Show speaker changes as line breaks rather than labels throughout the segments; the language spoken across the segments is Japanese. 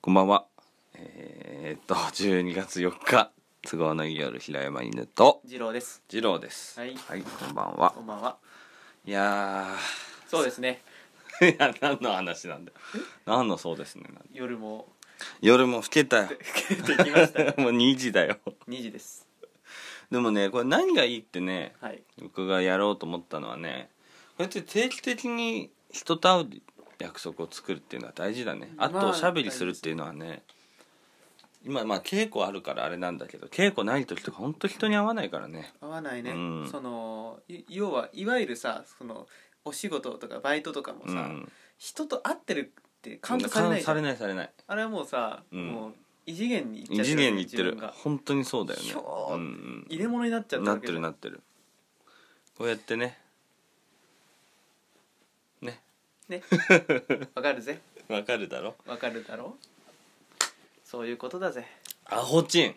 こんばんは。えー、っと、12月4日、都合のいい夜、平山犬と、
次郎です
次郎です。
はい
こんばんは
こ。んばんはい
や
そうですね
ー、い や、何の話なんだよ。何のそうですね。
夜 も
夜も更け たよ。
帰ってきました
もう2時だよ。
2時です
でもね、これ何がいいってね、
はい
僕がやろうと思ったのはね、こうやって定期的に人と会う約束を作るっていうのは大事だね。あ
ま
と、
あ
おしゃべりするっていうのはね、今まあ稽古あるからあれなんだけど稽古ない時とか本当人に会わないからね
合わないね、
うん
そのい要はいわゆるさそのお仕事とかバイトとかもさ、
うん、
人と会ってるってカウントされないじゃ
さ
ん
れないされない
あれはもうさ、
うん
もう異次元に行っちゃ
異
って
次
る
元にいってる
自分が
本当にそうだよね
ひょー
うん
入れ物になっちゃ
う
っ
ん、
た
な
わ
っ
け
て
じゃ
る
ん
なってるこうやってねね
ねわかるぜ
わかるだろ
わかるだろそういうことだぜ
アホチン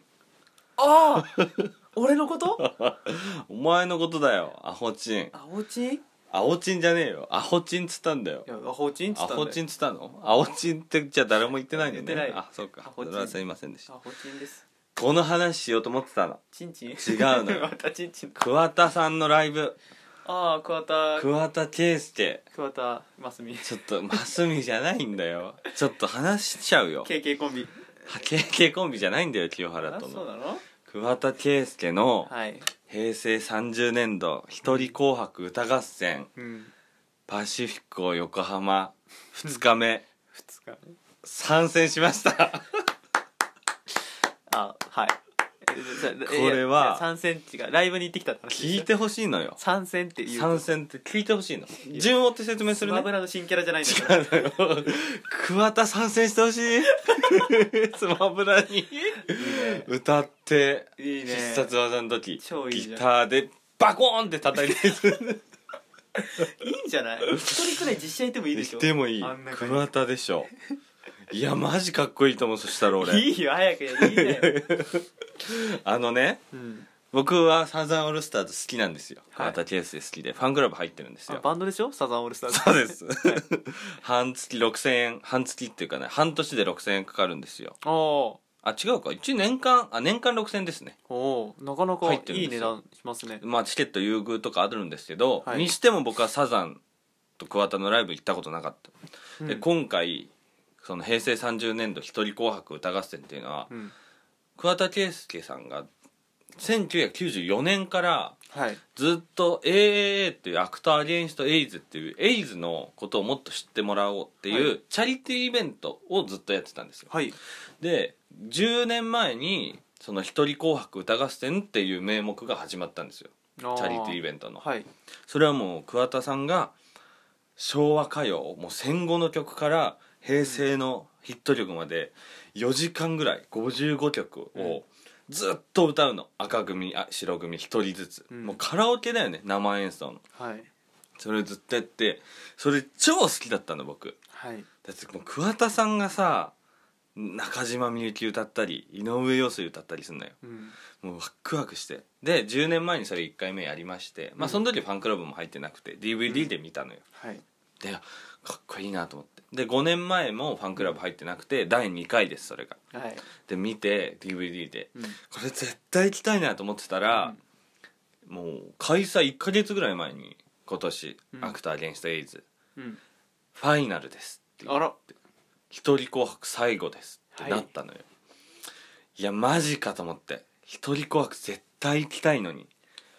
ああ俺のこと
お前のことだよアホチン
あおうちんい
アホチンじゃねえよアホチンっつったんだよ
やあほうちんっつ
ア
ったんだよ
ホチンっつったのアホチンってじゃあ誰も言ってないんだよね
言ってない
あそうか
ア
そ
ホチ
れ
ン
はすいませんでした
あほうちんです
この話しようと思ってたの
チンチン違
うのよ
またチンチンか
桑田さんのライブ
ああ桑田
桑田佳祐
桑田真澄
ちょっとマスミじゃないんだよちょっと話しちゃうよ
KK コンビ
は KK コンビじゃないんだよ清
あ
原と
そう
の
なの
桑田佳祐の
はい、
平成30年度一人紅白歌合戦
うん、
パシフィコ横浜2日目
2日目
参戦しました
あはいえ
これはい
や3センチがライブに行ってきたって話
聞いてほしいのよ
3センっていう
参戦って聞いてほしいの順を追って説明す
ス
る
マ
ね
ブラの新キャラじゃないんだから
違うのよ 桑田参戦してほしいスマブラに歌って
いいね
必殺技の時
超いいじゃん
ギターでバコーンって叩いてる
いいんじゃない一人くらい実写いてもいいでしょ
でもいい
あんな感
桑田でし ょいやマジかっこいいと思うそしたら
じ
俺
いいよ早くやいいね、
あのね
うん、
僕はサザンオールスターズ好きなんですよ
はい
桑田佳祐好きでファンクラブ入ってるんです
あ
よ
バンドでしょサザンオールスターズ
そう です半月6000円半月っていうかね半年で6000円かかるんですよ
ああお
あ違うか一年間あ年間6000円ですね
おなかなか
入ってるん
いい
です
値
よ
段しますね
まあチケット優遇とかあるんですけど、
はい
にしても僕はサザンと桑田のライブ行ったことなかった、で
うん
今回その平成30年度一人紅白歌合戦っていうのは、
うん
桑田佳祐さんが1994年から
はい
ずっと AAA っていうアクター・アゲインスト・エイズっていうエイズのことをもっと知ってもらおうっていう、
は
チャリティーイベントをずっとやってたんですよ
はい
で10年前にその「一人紅白歌合戦」っていう名目が始まったんですよ
チャ
チャリティーイベントの
はい
それはもう桑田さんが昭和歌謡もう戦後の曲から平成のヒット曲まで4時間ぐらい55曲をずっと歌うの赤組あ白組1人ずつ、
うん
もうカラオケだよね生演奏の
はい
それずっとやってそれ超好きだったの僕
はい
だってもう桑田さんがさ中島みゆき歌ったり井上陽水歌ったりすんのよ
うん
もうワックワクしてで10年前にそれ1回目やりましてまあその時ファンクラブも入ってなくて DVD で見たのよ、
はい
でかっこいいなと思ってで5年前もファンクラブ入ってなくて第2回ですそれが
はい
で見て DVD で
うん
これ絶対行きたいなと思ってたら、もう開催1ヶ月ぐらい前に今年、
うん
アクター・ゲンスト・エイズ
うん
ファイナルですって
あら
一人紅白最後ですってなったのよ、い、やマジかと思って一人紅白絶対行きたいのに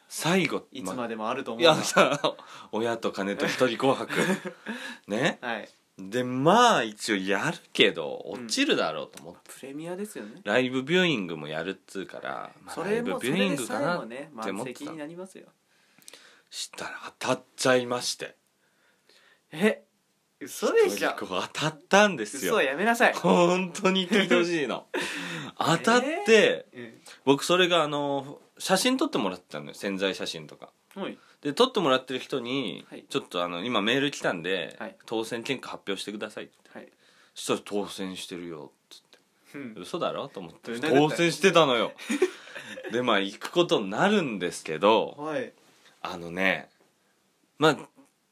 最後
いつまでもあると思
いう
な
や さ親と金と一人紅 白ね
はい
でまあ一応やるけど落ちるだろうと思って、
プレミアですよね
ライブビューイングもやるっつうから、まあ
そ
ライ
れ
ブ
もそ
ビューイ
れ
ン
で
グか
さえ
な
もね満
って
席
た
になりますよ
したら当たっちゃいまして
え嘘でし
一
ょ
人紅白当たったんです
嘘は
よ
やめなさい
本当に聞いてほしい の当たって、
うん
僕それがあの写真撮ってもらってたのよ潜在写真とか
はい
で撮ってもらってる人に、
はい
ちょっとあの今メール来たんで、
はい
当選結果発表してくださいって
はい
そしたら当選してるよっつって
うん
嘘だろと思って
嘘だったよ
当選してたのよ でまあ行くことになるんですけど
はい
あのねまあ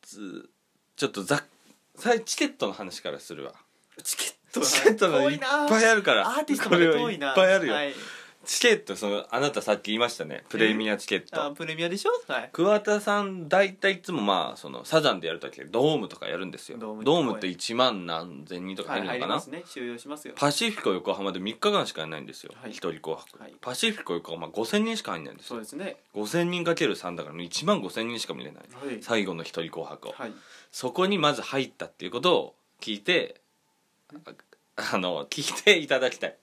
つちょっとざっさチケットの話からするわ
チケトが
チケットがいっぱいあるから
アーティストまで遠いな
これはいっぱいあるよ、
はい、
チケットそのあなたさっき言いましたねプレミアチケッ
あ
ト、
プレミアでしょはい
桑田さん大体いつもまあそのサザンでやるときはドームとかやるんですよドー
ドーム
ム
に公演
って1万何千人とか
は
入
い
るの
入
か
り
な、
ますね収容しますよ
パシフィコ横浜で3日間しかやらないんですよ、
はい
一人紅白、
はい
パシフィコ横浜5000人しか入んないんです
そう
よ
ですね
5000人かける3だから1万5000人しか見れない、
はい
最後の一人紅白を、
はい
そこにまず入ったっていうことを聞いてああの聞いていただきたい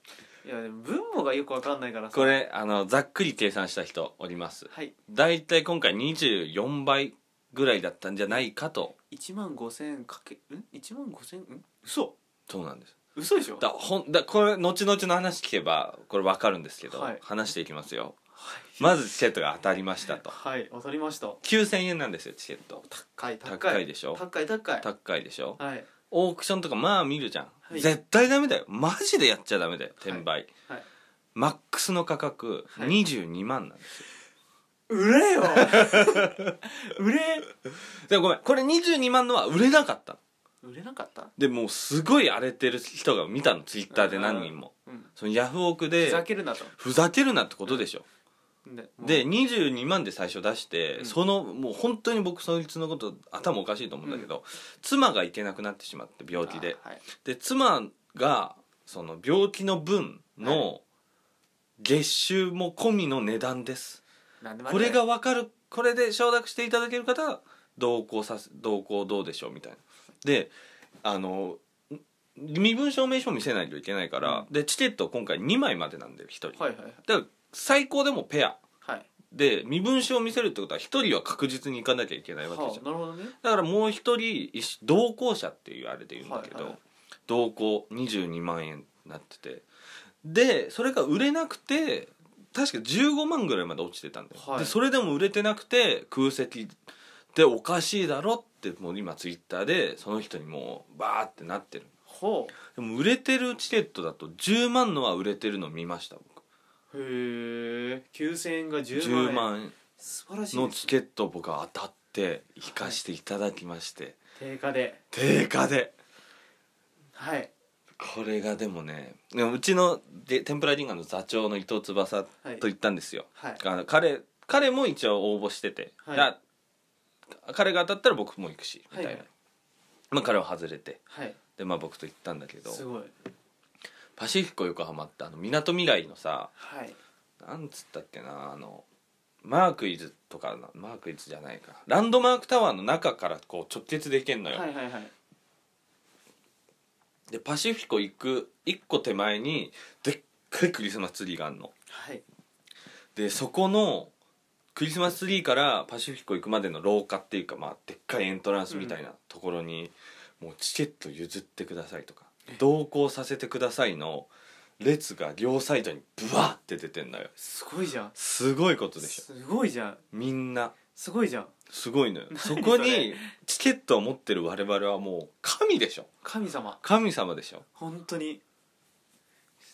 いやでも分母がよくわかんないからさ
これあのざっくり計算した人おります
はい
大体今回24倍ぐらいだったんじゃないかと
1万5千かけん1万5千ん嘘
そうなんです
嘘でしょ
だほんだこれ後々の話聞けばこれ分かるんですけど、
はい
話していきますよ
はい
まずチケットが当たりましたと
はいわかりました
9000円なんですよチケット
高い高い
高いでしょ
高い高い
高いでしょ
はい
オークションとかまあ見るじゃん、
はい
絶対ダメだよマジでやっちゃダメだよ転売、
はい
マックスの価格
はい
22万なんですよ、
売れよ売れ
でもごめんこれ22万のは売れなかったの
売れなかった
でもうすごい荒れてる人が見たのツイッターで何人も
うん
そのヤフオクで
ふざけるなと
ふざけるなってことでしょ、
でもう
で22万で最初出して、
うん
そのもう本当に僕そいつのこと頭おかしいと思うんだけど、妻が行けなくなってしまって病気で
あはい
で妻がその病気の分の月収も込みの値段です、
なんでもあ
こ
りだ
れ
よ
が分かるこれで承諾していただける方は同行させ同行どうでしょうみたいなであの身分証明書を見せないといけないから、でチケット今回2枚までなんで1人、
はいはいはい
だから最高でもペア
はい
で身分証を見せるってことは一人は確実に行かなきゃいけないわけ
は
じゃ
あ
ん
なるほどね
だからもう一人一緒同行者っていうあれで言うんだけど、
はいはい
同行22万円になっててでそれが売れなくて確か15万ぐらいまで落ちてたんだよ、
はい
でそれでも売れてなくて空席でおかしいだろってもう今ツイッターでその人にもうバーってなってる
ほ
でも売れてるチケットだと10万のは売れてるの見ました僕
うへえ9000円が10万円
10万円
素晴らしい
の
です
チケットを僕は当たって行かしていただきまして、
定価で
定価で
はい
これがでもねでもうちので天ぷらリンガーの座長の伊藤翼と行ったんですよ、
はい
あの彼彼も一応応募してて、
はい
だ彼が当たったら僕も行くしみたいな、
はいはい
まあ、彼は外れて
はい
で、まあ、僕と行ったんだけど
すごい
パシフィコ横浜ってあのみなとみらいのさ
はい
なんつったっけなあのマークイズとかのマークイズじゃないかランドマークタワーの中からこう直結できんのよ、
はいはいはい
でパシフィコ行く一個手前にでっかいクリスマスツリーがあんの
はい
でそこのクリスマスツリーからパシフィコ行くまでの廊下っていうか、まあ、でっかいエントランスみたいなところに、もうチケット譲ってくださいとか同行させてくださいの列が両サイドにブワーって出てんのよ
すごいじゃん
すごいことでしょ
すごいじゃん
みんな
すごいじゃん
すごいのよそ
れ
こにチケットを持ってる我々はもう神でしょ
神様
神様でしょ
本当に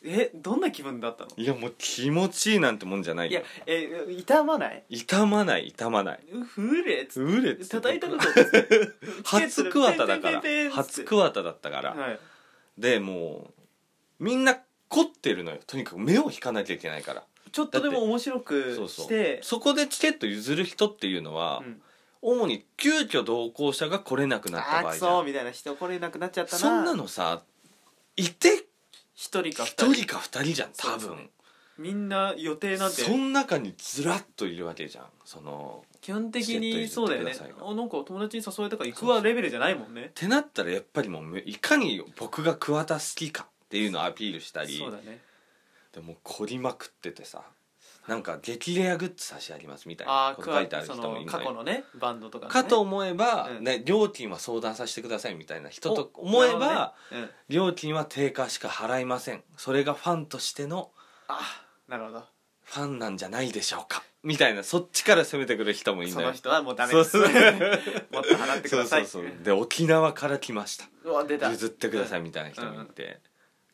えどんな気分だったの
いやもう気持ちいいなんてもんじゃない
い
よ
やえ痛まない
痛まない痛まないう
ふれっつっ
うれ
て叩いた
の
こと
初桑田だから
ペンペンペンペンペンっつっ
初
て
桑田だったから、
はい
でもうみんな凝ってるのよとにかく目を引かなきゃいけないから
ちょっとで
だっ
も面白
そう
く
そ
し
う
て
そこでチケット譲る人っていうのは、
うん
主に急遽同行者が来れなくなった場
あー
合
く
じ
そ
ゃ
ーみたいな人来れなくなっちゃった
ん
な
そんなのさいて
一人か二
一
人
人か二人じゃん多
そう
分
みんな予定なんて
そん中にずらっといるわけじゃんその
基本的にそうだよね
チケット入れてください
あなんか友達に誘われたから行くわレベルじゃないもんね
ってなったらやっぱりもういかに僕が桑田好きかっていうのをアピールしたり
そうだね
でもう凝りまくっててさなんか激レアグッズ差し上げますみたい
あ
な
あ
こと書いてあ
ー
る
そ
人もいる
の過
の
去
よ
のねバンドとかのね
かと思えば、
うん
ね、料金は相談させてくださいみたいな人と
お
思え
なる
ば、
ほどねうん
料金は定価しか払いませんそれがファンとしての
あなるほど
ファンなんじゃないでしょうかみたいなそっちから攻めてくる人もいる
そ
のよ
の人はもうダメです
そう
もっ
そう
と払ってく
そ
だ
う
さ
そ
いう
そうで沖縄から来ました
うわ出た
譲ってくださいみたいな人もいて、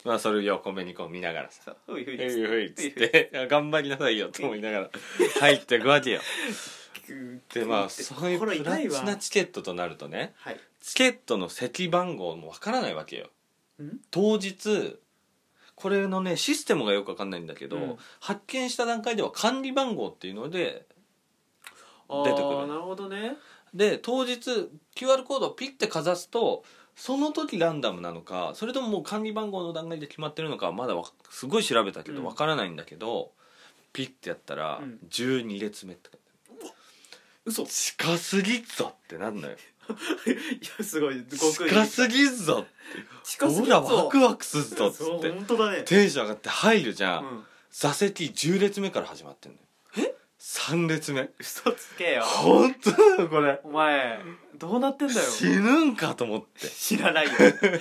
まあそれを横目にこう見ながらさ
そうふいふ
「
い
ふいふい」っつって「頑張りなさいよ」と思いながら入っていくわけよでまあそういう
心
プラ
痛いわ
チナチケットとなるとね
はい
チケットの席番号もわからないわけよ
うん
当日これのねシステムがよくわかんないんだけど、
うん
発見した段階では管理番号っていうので
あ
出てくる
ーなるほどね
で当日 QR コードをピッてかざすとその時ランダムなのかそれとももう管理番号の段階で決まってるのかはまだわすごい調べたけ
う
ど
ん
わからないんだけど、ピッてやったら
うん
12列目って書いてあ
嘘い
る近すぎっぞってなんのよ
やすごい悟空
近すぎっぞ
近すぎ
ほ
る
ら
ぞ
ワクワクするぞっつ
そう
って
本当だね
テンション上がって入るじゃ、
うんん
座席10列目から始まってんのよ3列目
嘘つけよ
本当だよこれ
お前どうなってんだよ
死ぬんかと思って
知 らないよそれでは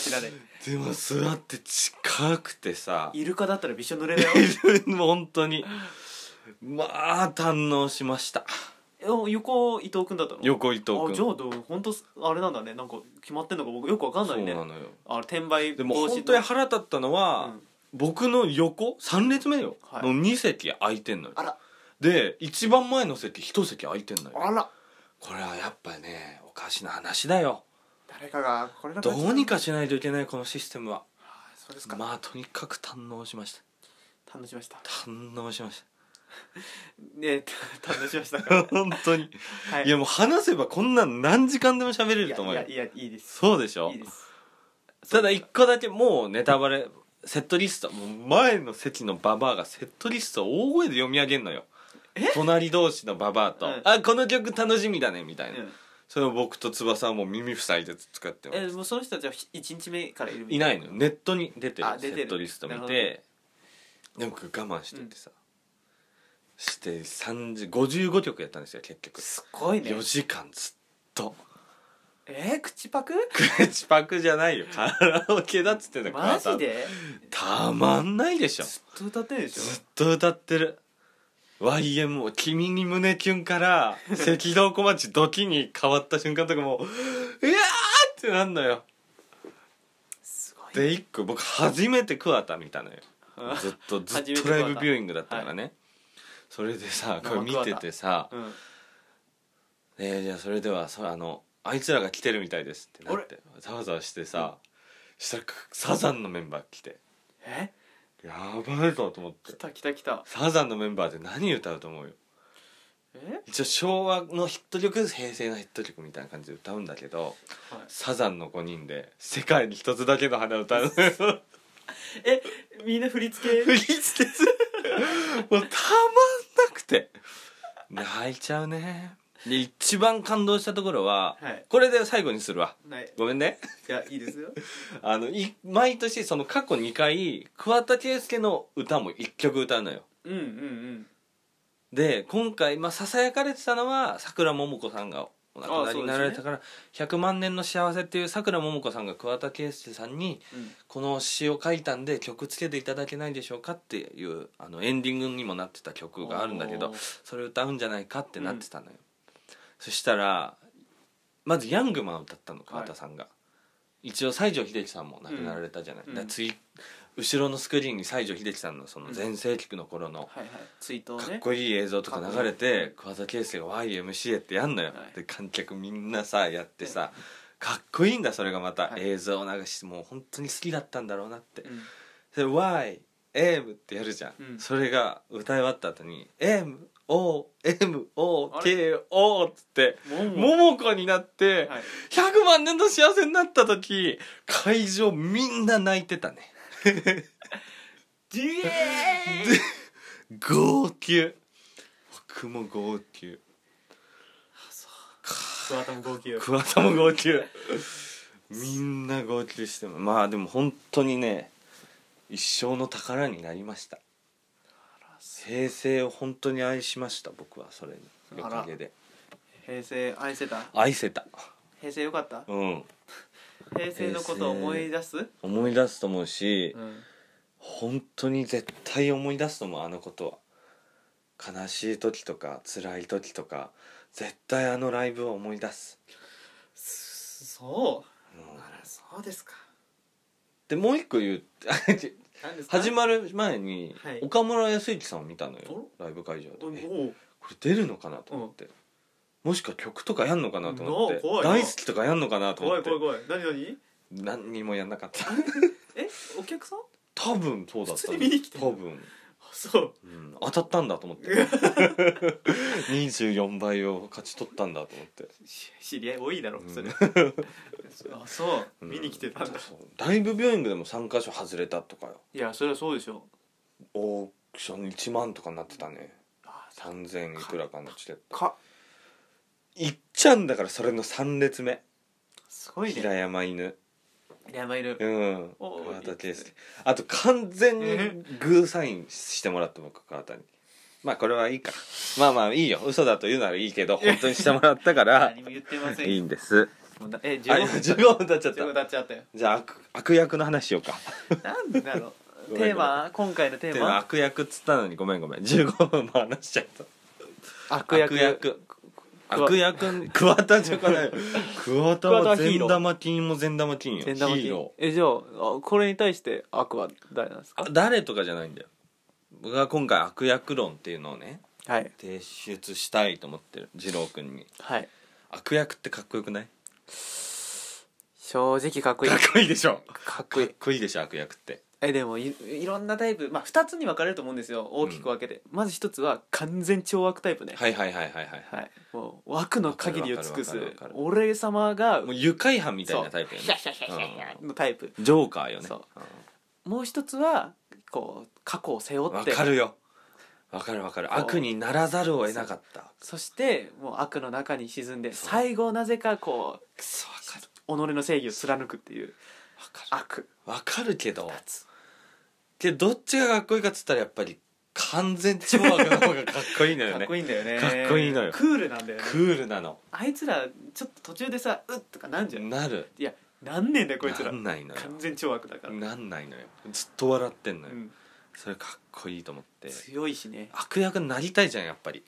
知らない
でも座って近くてさ
イルカだったらびしょ濡れだよ
本当にまあ堪能しました
えお横伊藤君だったの
横伊藤
あ
君
じゃあどう本当あれなんだねなんか決まってんのか僕よくわかんな
そ
いうね
なのよ
あ転売
で
防止
も
の
本当に腹立ったのは、
うん
僕の横3列目よ、
はい
の2席空いてんのよ
あら
で一番前の席1席空いてんのよ
あら
これはやっぱねおかしな話だよ
誰かがこれなん
どうにかしないといけないこのシステムは
あそうですか、
まあとにかく堪能しました
堪能しました
堪能しまし
ね 堪能しましたか
た 本当に
はい
やもう話せばこんなん何時間でも喋れ
い
る
や
と思う
い
よ
やいやいいです
そうでしょ
いいです
ただ一個だけもうネタバレセットリストもう前の席のババアがセットリストを大声で読み上げんのよ隣同士のババアと「
うん
あこの曲楽しみだね」みたいな、
うん
それを僕と翼はもう耳塞いで使ってます
えもうその人たちは1日目からいる
い
い
ないのよネットに出てる
あ出
セ
てる
ットリスト見てでも僕我慢しててさ、して3時55曲やったんですよ結局
すごいね
4時間ずっと
えー、口パク
口パクじゃないよカラオケだっつってんだ
マジで
たまんないでしょ
ずっと歌ってるでしょ
ずっと歌ってる YMO「君に胸キュン」から「赤道小町ドキ」に変わった瞬間とかもう「うわ!」ってなんのよ
すごいね
で一個僕初めて桑田見たのよ
うん
ずっとずっ
初めて
と
桑
ラ
田
イブビューイングだったからね、それでさこれ見ててさ
うん
「えーじゃあそれではそあのあいつらが来てるみたいです」ってなってざわざわしてさ、したらサザンのメンバー来て
え
やばいぞと思って
来た来た来た
サザンのメンバーで何歌うと思うよ
え
一応昭和のヒット曲平成のヒット曲みたいな感じで歌うんだけど
はい
サザンの5人で「世界に一つだけの花」歌うのよ
えみんな振り付け
振り付けするもうたまんなくて泣いちゃうねで一番感動したところは、
はい
これで最後にするわ
ない
ごめんね
いやいいです よ
あのい毎年その過去2回桑田佳祐の歌も1曲歌うのよ
うんうんうん
で今回まあささやかれてたのはさくらももこさんがお亡くなりになられたから「100万年の幸せ」っていうさくらももこさんが桑田佳祐さんに
うん
この詩を書いたんで曲つけていただけないでしょうかっていうあのエンディングにもなってた曲があるんだけ
お
ど
ー
それ歌うんじゃないかってなってたのよ、そしたらまず「ヤングマン」を歌ったの桑田さんが、一応西城秀樹さんも亡くなられたじゃない、
うん
だからつい後ろのスクリーンに西城秀樹さんのその全盛期の頃の、
はいはい追悼ね
かっこいい映像とか流れて桑田佳祐が YMCA ってやんのよ、
はい
で観客みんなさやってさかっこいいんだそれがまた、
はい
映像を流してもう本当に好きだったんだろうなって
うん
で YM ってやるじゃん、
うん
それが歌い終わった後に MOMOKO っつって
もも
桃子になって、
はい
100万年の幸せになった時会場みんな泣いて たね
ジュエー
号泣僕も号泣
桑田も号泣
桑田も号泣みんな号泣してもまあでも本当にね一生の宝になりました平成を本当に愛しました僕はそれのおかげで
平成愛せた
愛せた
平成よかった
うん
平成のことを思い出す
思い出すと思うし、
うん
本当に絶対思い出すと思うあのことは悲しい時とか辛い時とか絶対あのライブは思い出す、
そう
うん
あらそうですか
でもう一個言う
何ですか
始まる前に
はい
岡村康之さんを見たのよライブ会場で
お
え
おう
これ出るのかなと思ってもしくは曲とかやんのかなと思っ
な
て
あ怖いな
大好きとかやんのかなと思
怖
っ
い
て
怖い怖い何何
何にもやんなかった
えお客さん
多分そうだった
普通に見に来てんの
多分、
そう
うん、当たったんだと思って24倍を勝ち取ったんだと思って
し 知り合い多いだろそれ、
う
あそう、
うん
見に来てたんだ
そうライブビューイングでも3箇所外れたとかよ
いやそれはそうでしょ
オークション1万とかになってたね
あー
3000いくらかのチケット
か
いっちゃんだからそれの3列目
すごい
平
ね
山犬
やばいる
うん
お
桑
ーいい
田
っす
佳
ね
祐あと完全に
え
グーサインしてもらった僕桑田にまあこれはいいかまあまあいいよ嘘だと言うならいいけど本当にしてもらったから
何も言ってません
いいんです
もうだえ
あ
15分
15分経っちゃっ
15分
た
経っちゃったよ
じゃあ悪悪役の話しようか
なんだろう
ごめん
テーマ今回のテーマ
悪役っつったのにごめんごめん15分も話しちゃった
悪役わ
悪役桑田じゃない よ桑田は
桑田はヒーロ
善
ー
玉金も善玉金よ
善玉
ヒー
金
ロ
えじゃああこれに対して悪は誰なんです
ー
か
あ誰とかじゃないんだよ僕は今回悪役論っていうのをね
はい
提出したいと思ってる二郎君に
はい
悪役ってかっこよくない
正直かっこいい
かっこいいでしょ
かっこ
か
い
っ
い
こいいでしょ悪役って
えでもいいろんなタイプ、まあ、2つに分かれると思うんですよ大きく分けて、まず1つは完全超悪タイプね
はいはいはいはいはい
はい、もう悪の限りを尽く
わ
す
かるわかるわかる
俺様が
もう愉快犯みたいなタイプよ
シャ
ね
シャシャシャシャのタイプ
うんジョーカーよね
そう
う
もう一つはこう過去を背
ん
負
わ
って
かるよわかるわかる
そう
悪にならざるを得なかった
そしてもう悪の中に沈んで
そう
最後なぜかこう
くそわかる
己の正義を貫くっていう
わかる
悪
わかるけど
二つ
けどどっちがかっこいいかっつったらやっぱり完全超悪の方がかっこいいのよ
か
ね
っこいいんだよね
かっこいいのよ
クールなんだよね
クールなの
あいつらちょっと途中でさうっとかなんじゃん
なる
いやなんねえんだよこいつら
なんないのよ
完全超悪だから、
なんないのよずっと笑ってんのよ、
うん
それかっこいいと思って
強いしね
悪役になりたいじゃんやっぱり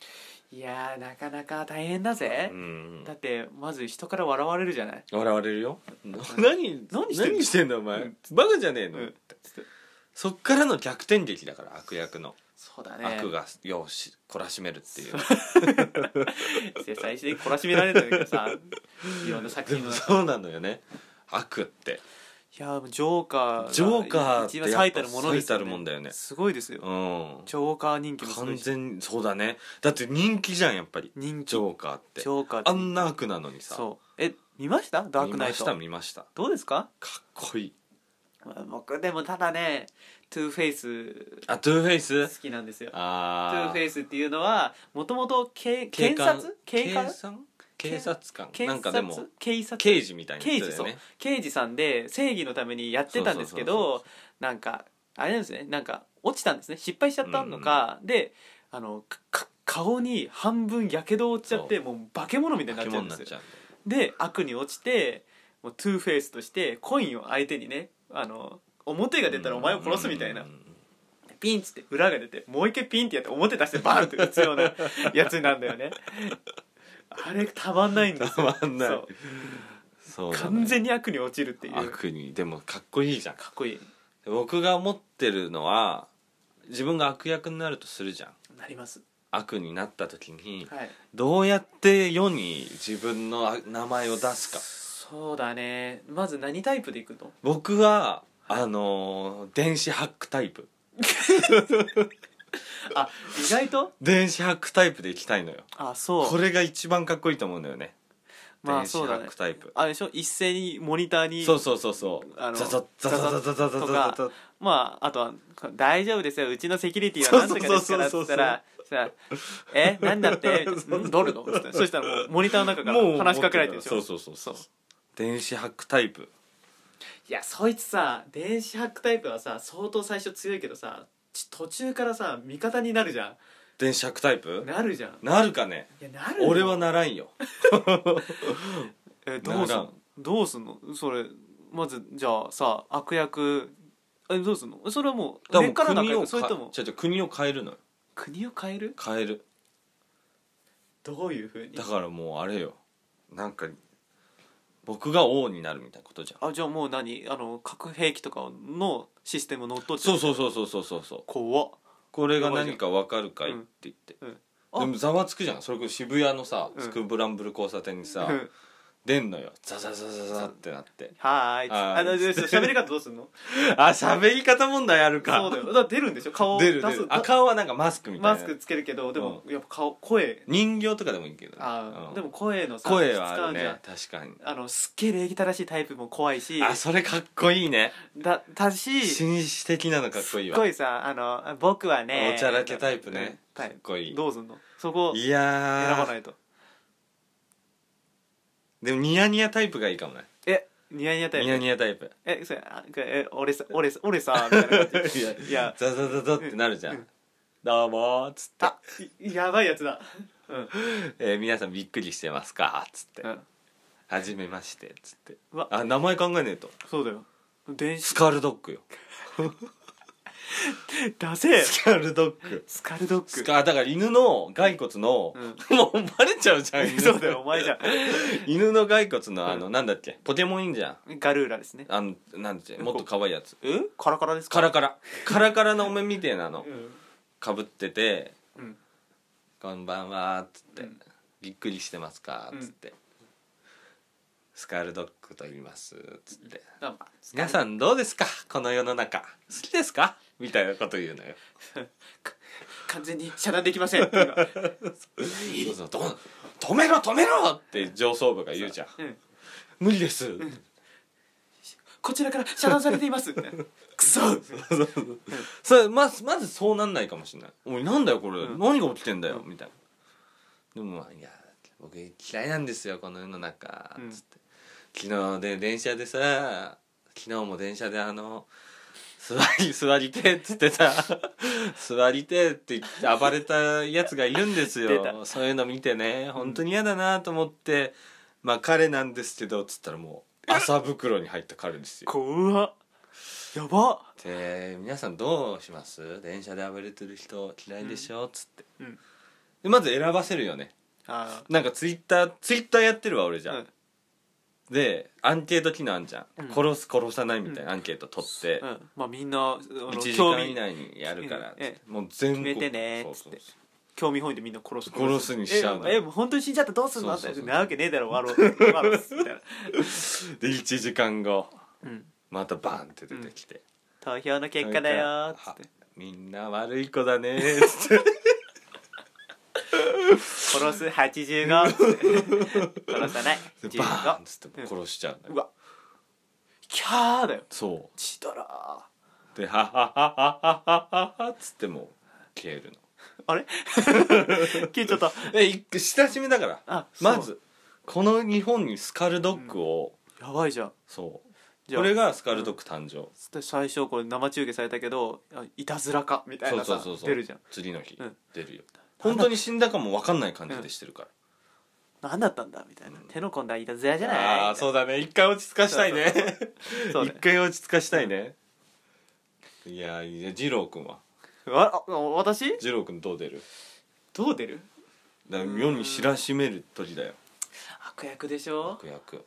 いやーなかなか大変だぜ
う、ん
だってまず人から笑われるじゃない、
笑われるよ 何
何してんの
何してんだお前、
うん
バカじゃねえの、
うん
そっからの逆転劇だから悪役の、
そうだね
悪が世をし懲らしめるっていう
最終的に懲らしめられるんだけ どさいろんな 作
で
品の
も
い
そうなのよね悪って
やージョーカーが
ジョーカーって
一
やっ
番
ぱ
最たるものです
最たるもんだよね
すごいですよ、
うん
ジョーカー人気もすご
完
いし
全にそうだねだって人気じゃんやっぱり
人気
ジ
ジョ
ョーカーって
ーカーって
あんな悪なのにさ
そうえ見ましたダークナ
見ま
イト
した見ました
どうですか
かっこいい
まあ僕でもただねトゥーフェイス
あトゥーフェイス
好きなんですよトゥー
あ
フェイスっていうのはもともと警
警
検
官
察警官
警察警察官
警
なんかでも
察警察
刑事みたいな
刑
人
事
だ
そ
よ
う
ね
刑事さんで正義のためにやってたんですけ
そうそうそう
どなんかあれなんですねなんか落ちたんですね失敗しちゃったのか、であのかか顔に半分やけどを負っちゃってもう化け物みたいになっちゃ
物
うん
になっ
ですよ
ちゃう
で悪に落ちてもうトゥーフェイスとしてコインを相手にねあの表が出たらお前を殺すみたいな、
うんうんうん
ピンっつって裏が出てもう一回ピンってやって表出してバーンって打つよ うなやつなんだよねあれたまんないんですよ
たまんない
そう
そうなのよ
完全に悪に落ちるっていうか
悪にでもかっこいいじゃん
っこいい
僕が思ってるのは自分が悪役になるとするじゃん
なります
悪になった時に
はい
どうやって世に自分の名前を出すか
そうだねまず何タイプでいくの
僕はあのー電子ハックタイプ
あ意外と
電子ハックタイプでいきたいのよ
あそう
これが一番かっこいいと思うんだよね
まあ
電子ハ
そうだ
ッ
ね
クタイプ
あれでしょ一斉にモニターに
そうそうそうそう
あの
ザザザザザザザザザ
とか
ザ
まああとは「大丈夫ですようちのセキュリティはなんとかですから」っ
そ
つ
うそうそ
っ
うそう
たら「さえなん だって
そうそうそうん
どれの?」っつってそしたらもうモニターの中から話しかけられてるでしょ
そうそうそう
そう
電子ハックタイプ
いやそいつさ電子ハックタイプはさ相当最初強いけどさち途中からさ味方になるじゃ
電子ハックタイプ
んなるじゃん
なるかね
いやなるよ
俺はならんよ
えどうす
なら
んのどうすんのそれまずじゃあさ悪役えどうすんのそれはもう
だ
根っから
も
ら
う
仲
国
良
を
くそれとも
か違う違う国を変えるのよ
国を変える
変える
どういうふうに
だからもうあれよなんか僕が王になるみたいなことじゃん
あじゃあもう何あの核兵器とかのシステム乗っ取って
そうそうそうそうそうそうそう
怖っ
これが何か分かるかいっ
うん
て言って、
うんあ
でもざわつくじゃんそれこそ渋谷のさ
うん
スクブランブル交差点にさ、
うん
出んのよザザザザザってなって
はーい
あー
あので喋り方どうすんの
あ喋り方問題ある
そ
か
うだよだから出るんでしょ顔
出る
出
出
す
るあ顔はなんかマスクみたい
マ
な
スクつけるけどでも、やっぱ顔声
人形とかでもいいけどね
あー、
うん
でも声のさ
声はある
質
ね
感
確かに
じゃんあのすっげえ礼儀正しいタイプも怖いし
あそれかっこいいね
だだし
紳士的なのかっこいいわ
すっごいさあの僕はね
おちゃらけタイプね
タイ
かっこいい
どうすんのそこ選
いや
ば
ー
ないと
でもニヤニヤタイプがいいかもね
えニヤニヤタイプ
ニヤニヤタイプ
えそれあえ俺さ俺さ俺さみたいな感 じいや
ザザザザってなるじゃん、
うん
どうもーっつって
あいやばいやつだうん、
「えー皆さんびっくりしてますか?」っつって
う
「
ん、
はじめまして」っつって
うわ
あ名前考えねえと
そうだよ電子
スカルドッグよ
だせ
スカルドッグ
スカルドッグ
スカだから犬の骸骨の、
う
もうバレちゃうじゃん
そうだよお前じゃ
犬の骸骨のあの、
う
なんだっけポケモンいんじゃん
んガルーラですね
あのなんだっけもっと可愛いやつ
えカラカラです
カ
か
ラカラカラカラのお面みてえなの
うん、
かぶってて
うん
「こんばんは」っつって、
うん
びっくりしてますか?」
うん
っつって、スカルドッグと言います」っつって
なんか
「皆さんどうですかこの世の中好きですか?」みたいなこと言うのよ
完全に遮断できませんっていうのは
そうそうどん止めろ止めろ!」って上層部が言うじゃん
うん
「無理です」
こちらから遮断されて いますみたいなくそ
それまずまずそうなんないかもしれない「おいなんだよこれ、
うん
何が起きてんだよ」みたいなでもまあ「いや僕嫌いなんですよこの世の中」
うん
つって昨日で電車でさ昨日も電車であの座り 座りてっつってさ 座りてって言って暴れたやつがいるんです
出た
よそういうの見てね本当に嫌だなと思って、まあ彼なんですけどつったらも う麻袋に入った彼ですよ
怖っやばっ
で皆さんどうします電車で暴れてる人嫌いでしょ、つって
うん
でまず選ばせるよね
あ
なんかツイッターツイッターやってるわ俺じ
ー
ゃん、
うん
でアンケート機能あんじゃん、
うん
殺す殺さないみたいなアンケート取って、
うんまあみんなあの
1時
興
間以
味
内にやるからっつって
え
もう全国
決めてねっつって
そう
興味本位でみんな殺す
殺すにしちゃうのよ
ええもう本当に死んじゃったらどうすんの
そうそうそう
なわけねえだろ笑う笑うみたいな、
そうそうで1時間後
うん、
またバーンって出てきて、
投票の結果だよーっつって
あみんな悪い子だねーっつ って
殺す85っつって殺さない
でバーン
15
っつってもう殺しちゃうのよ
うわキャーだよ
そう
血だら
で「ははははははは」っつってもう消えるの
ーあれ 消えちゃった
えい親しみだから
あそう
まずこの日本にスカルドッグを、
やばいじゃん
そう
じゃあ
これがスカルドッグ誕生、
最初これ生中継されたけどあいたずらかみたい
そ
な
うそ
さ
うそうそう
出るじゃん
次の日、
うん
出るよ本当に死んだかも分かんない感じでしてるから、
何だったんだみたいな、手の込んだいたずらじゃない
ああーそうだね一回落ち着かしたいね
そう
一回落ち着かしたいね、いやーいや二郎君は
ああ私
二郎君どう出る
どう出る
だから世に知らしめる時だよ
悪役でしょ
悪役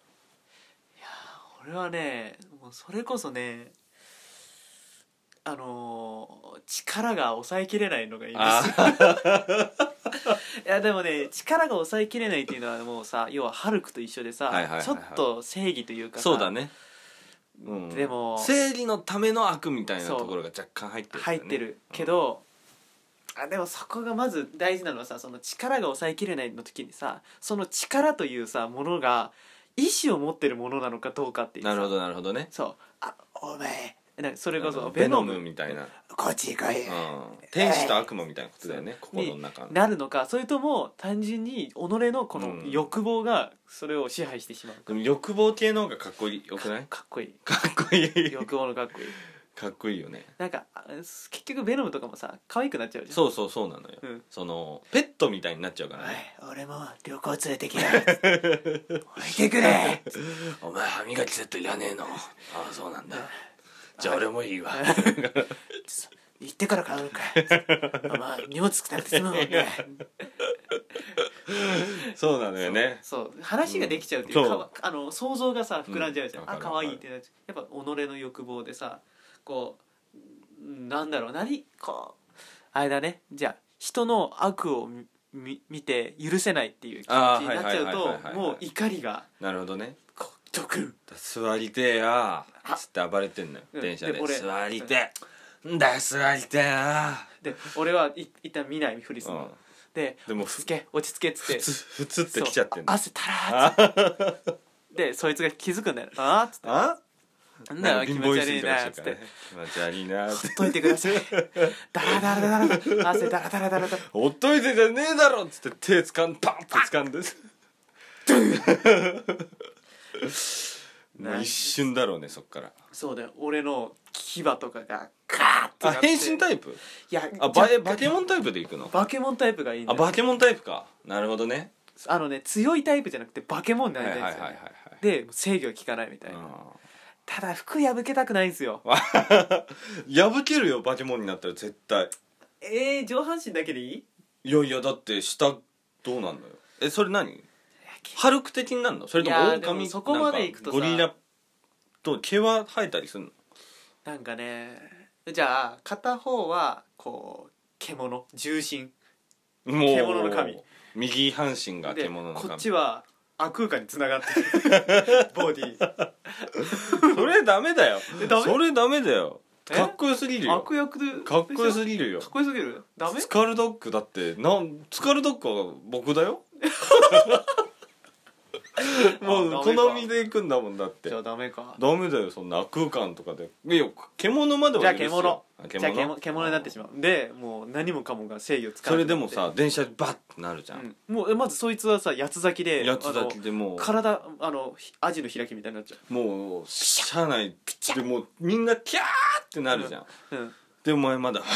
俺はねもうそれこそねあのー力が抑えきれないのがいいんですよ
あー
いやでもね力が抑えきれないっていうのはもうさ要はハルクと一緒でさ
はいはいはいはい
ちょっと正義というかさ
そうだね、うん
でも
正義のための悪みたいなところが若干入ってる、
入ってるけど、あでもそこがまず大事なのはさその力が抑えきれないの時にさその力というさものが意志を持ってるものなのかどうかっていうさ
なるほどなるほどね
そうあお前なんかそれこ
あ
そ
の
ベ
ベ
ノ
ノ
ム
ムみたいな、
こっち来い、
うん、天使と悪魔みたいなことだよね心の中の
なるのかそれとも単純に己のこの
うん
欲望がそれを支配してしまうか
でも欲望系の方がかっこいいよくない
かっこい い
かっこいい
欲望のかっこいい
かっこいいよね
なんかあ結局ベノムとかもさ可愛くなっちゃうじゃん
そうそうそうなのよ、
うん
そのペットみたいになっちゃうから
おい
ね
俺も旅行連れてきや置いてくれ
お前歯磨きセットいらねえのああそうなんだじゃあ俺もいいわ
行ってから買うのかいまあ荷物少なくて済むもんね
そうなのよね
そう話ができちゃうっていう,、
うん
かわあの想像がさ膨らんじゃうじゃん、
うん
あ
わかる
可愛いってなっちゃうやっぱ己の欲望でさこううんなんだろう何こうあれだねじゃあ人の悪を見み見て許せないっていう気持ち
あー
になっちゃう
はいはいはいはいは
と
い
もう怒りが
なるほどね
こうドクン
座りてえやつって暴れてんのよ
うん
電車で
で俺
座りてえんだよ座りてえな
で俺はい一旦見ないふりするの、
うん
で
でも
落ち着け落ち着けっつっ
ふ
て
つふつってきちゃってん
そうあ
の
汗たらーっつって でそいつが気づくんだよあーっつって
あ
なんだよ気
貧
持
乏
ち
ゆすり
悪い
とかし
な
て
っ
るからね
つって
気持ち悪いなっ
ほ
て
っといてください ダラダラダラダラ汗ダラダラダラダラ
ほっといてじゃねえだろっつって手つかんパンってつかん でもう一瞬だろうねそっから
そうだよ俺の牙とかがカーって
あ
なって
変身タイプ
いや
あバ
若
ケ
干
バケモンタイプでいくの
バケモンタイプがいいんだ
あ
よ
バケモンタイプかなるほどね
あのね強いタイプじゃなくてバケモンにな
はい
り
は
た
い
いん
は
で
いはい
すよ、でもう制御が効かないみたいな、
はい
ただ服破けたくないんですよ
破けるよバケモンになったら絶対
えー、上半身だけでいい
いやいやだって下どうなんのよえそれ何ハルク的になるのそれとも
いや
狼
でも
なんか
そこまで行くとさ
ゴリラと毛は生えたりするの
なんかねじゃあ片方はこう獣重心
もう
獣の神
右半身が
で
獣の神
こっちは悪空間につながってるボディ
それダメだよ
えダメ
それダメだよ
え
かっこよすぎるよ
悪役で
かっこよす
ぎ
ぎるよ
かっこよすぎるダメ
スカルドッグだってなんスカルドッグは僕だよもう
あダメか
好みで行くんだもんだって
じゃあダメか
ダメだよそんな悪空間とかでいや獣までは
じゃ
許
あ
すよ
獣
あ
じゃあ獣獣になってしまうでもう何もかもが制御つ
そ
かなくな
れ
って
でもさ電車バッてなるじゃん、
うんもうえまずそいつはさ八つ咲きで
やつだけで
あ
も
の体あのひアジの開きみたいになっちゃ
うもう車内でもうみんなキャーってなるじゃん、
ううん
でお前ま だ「はぁは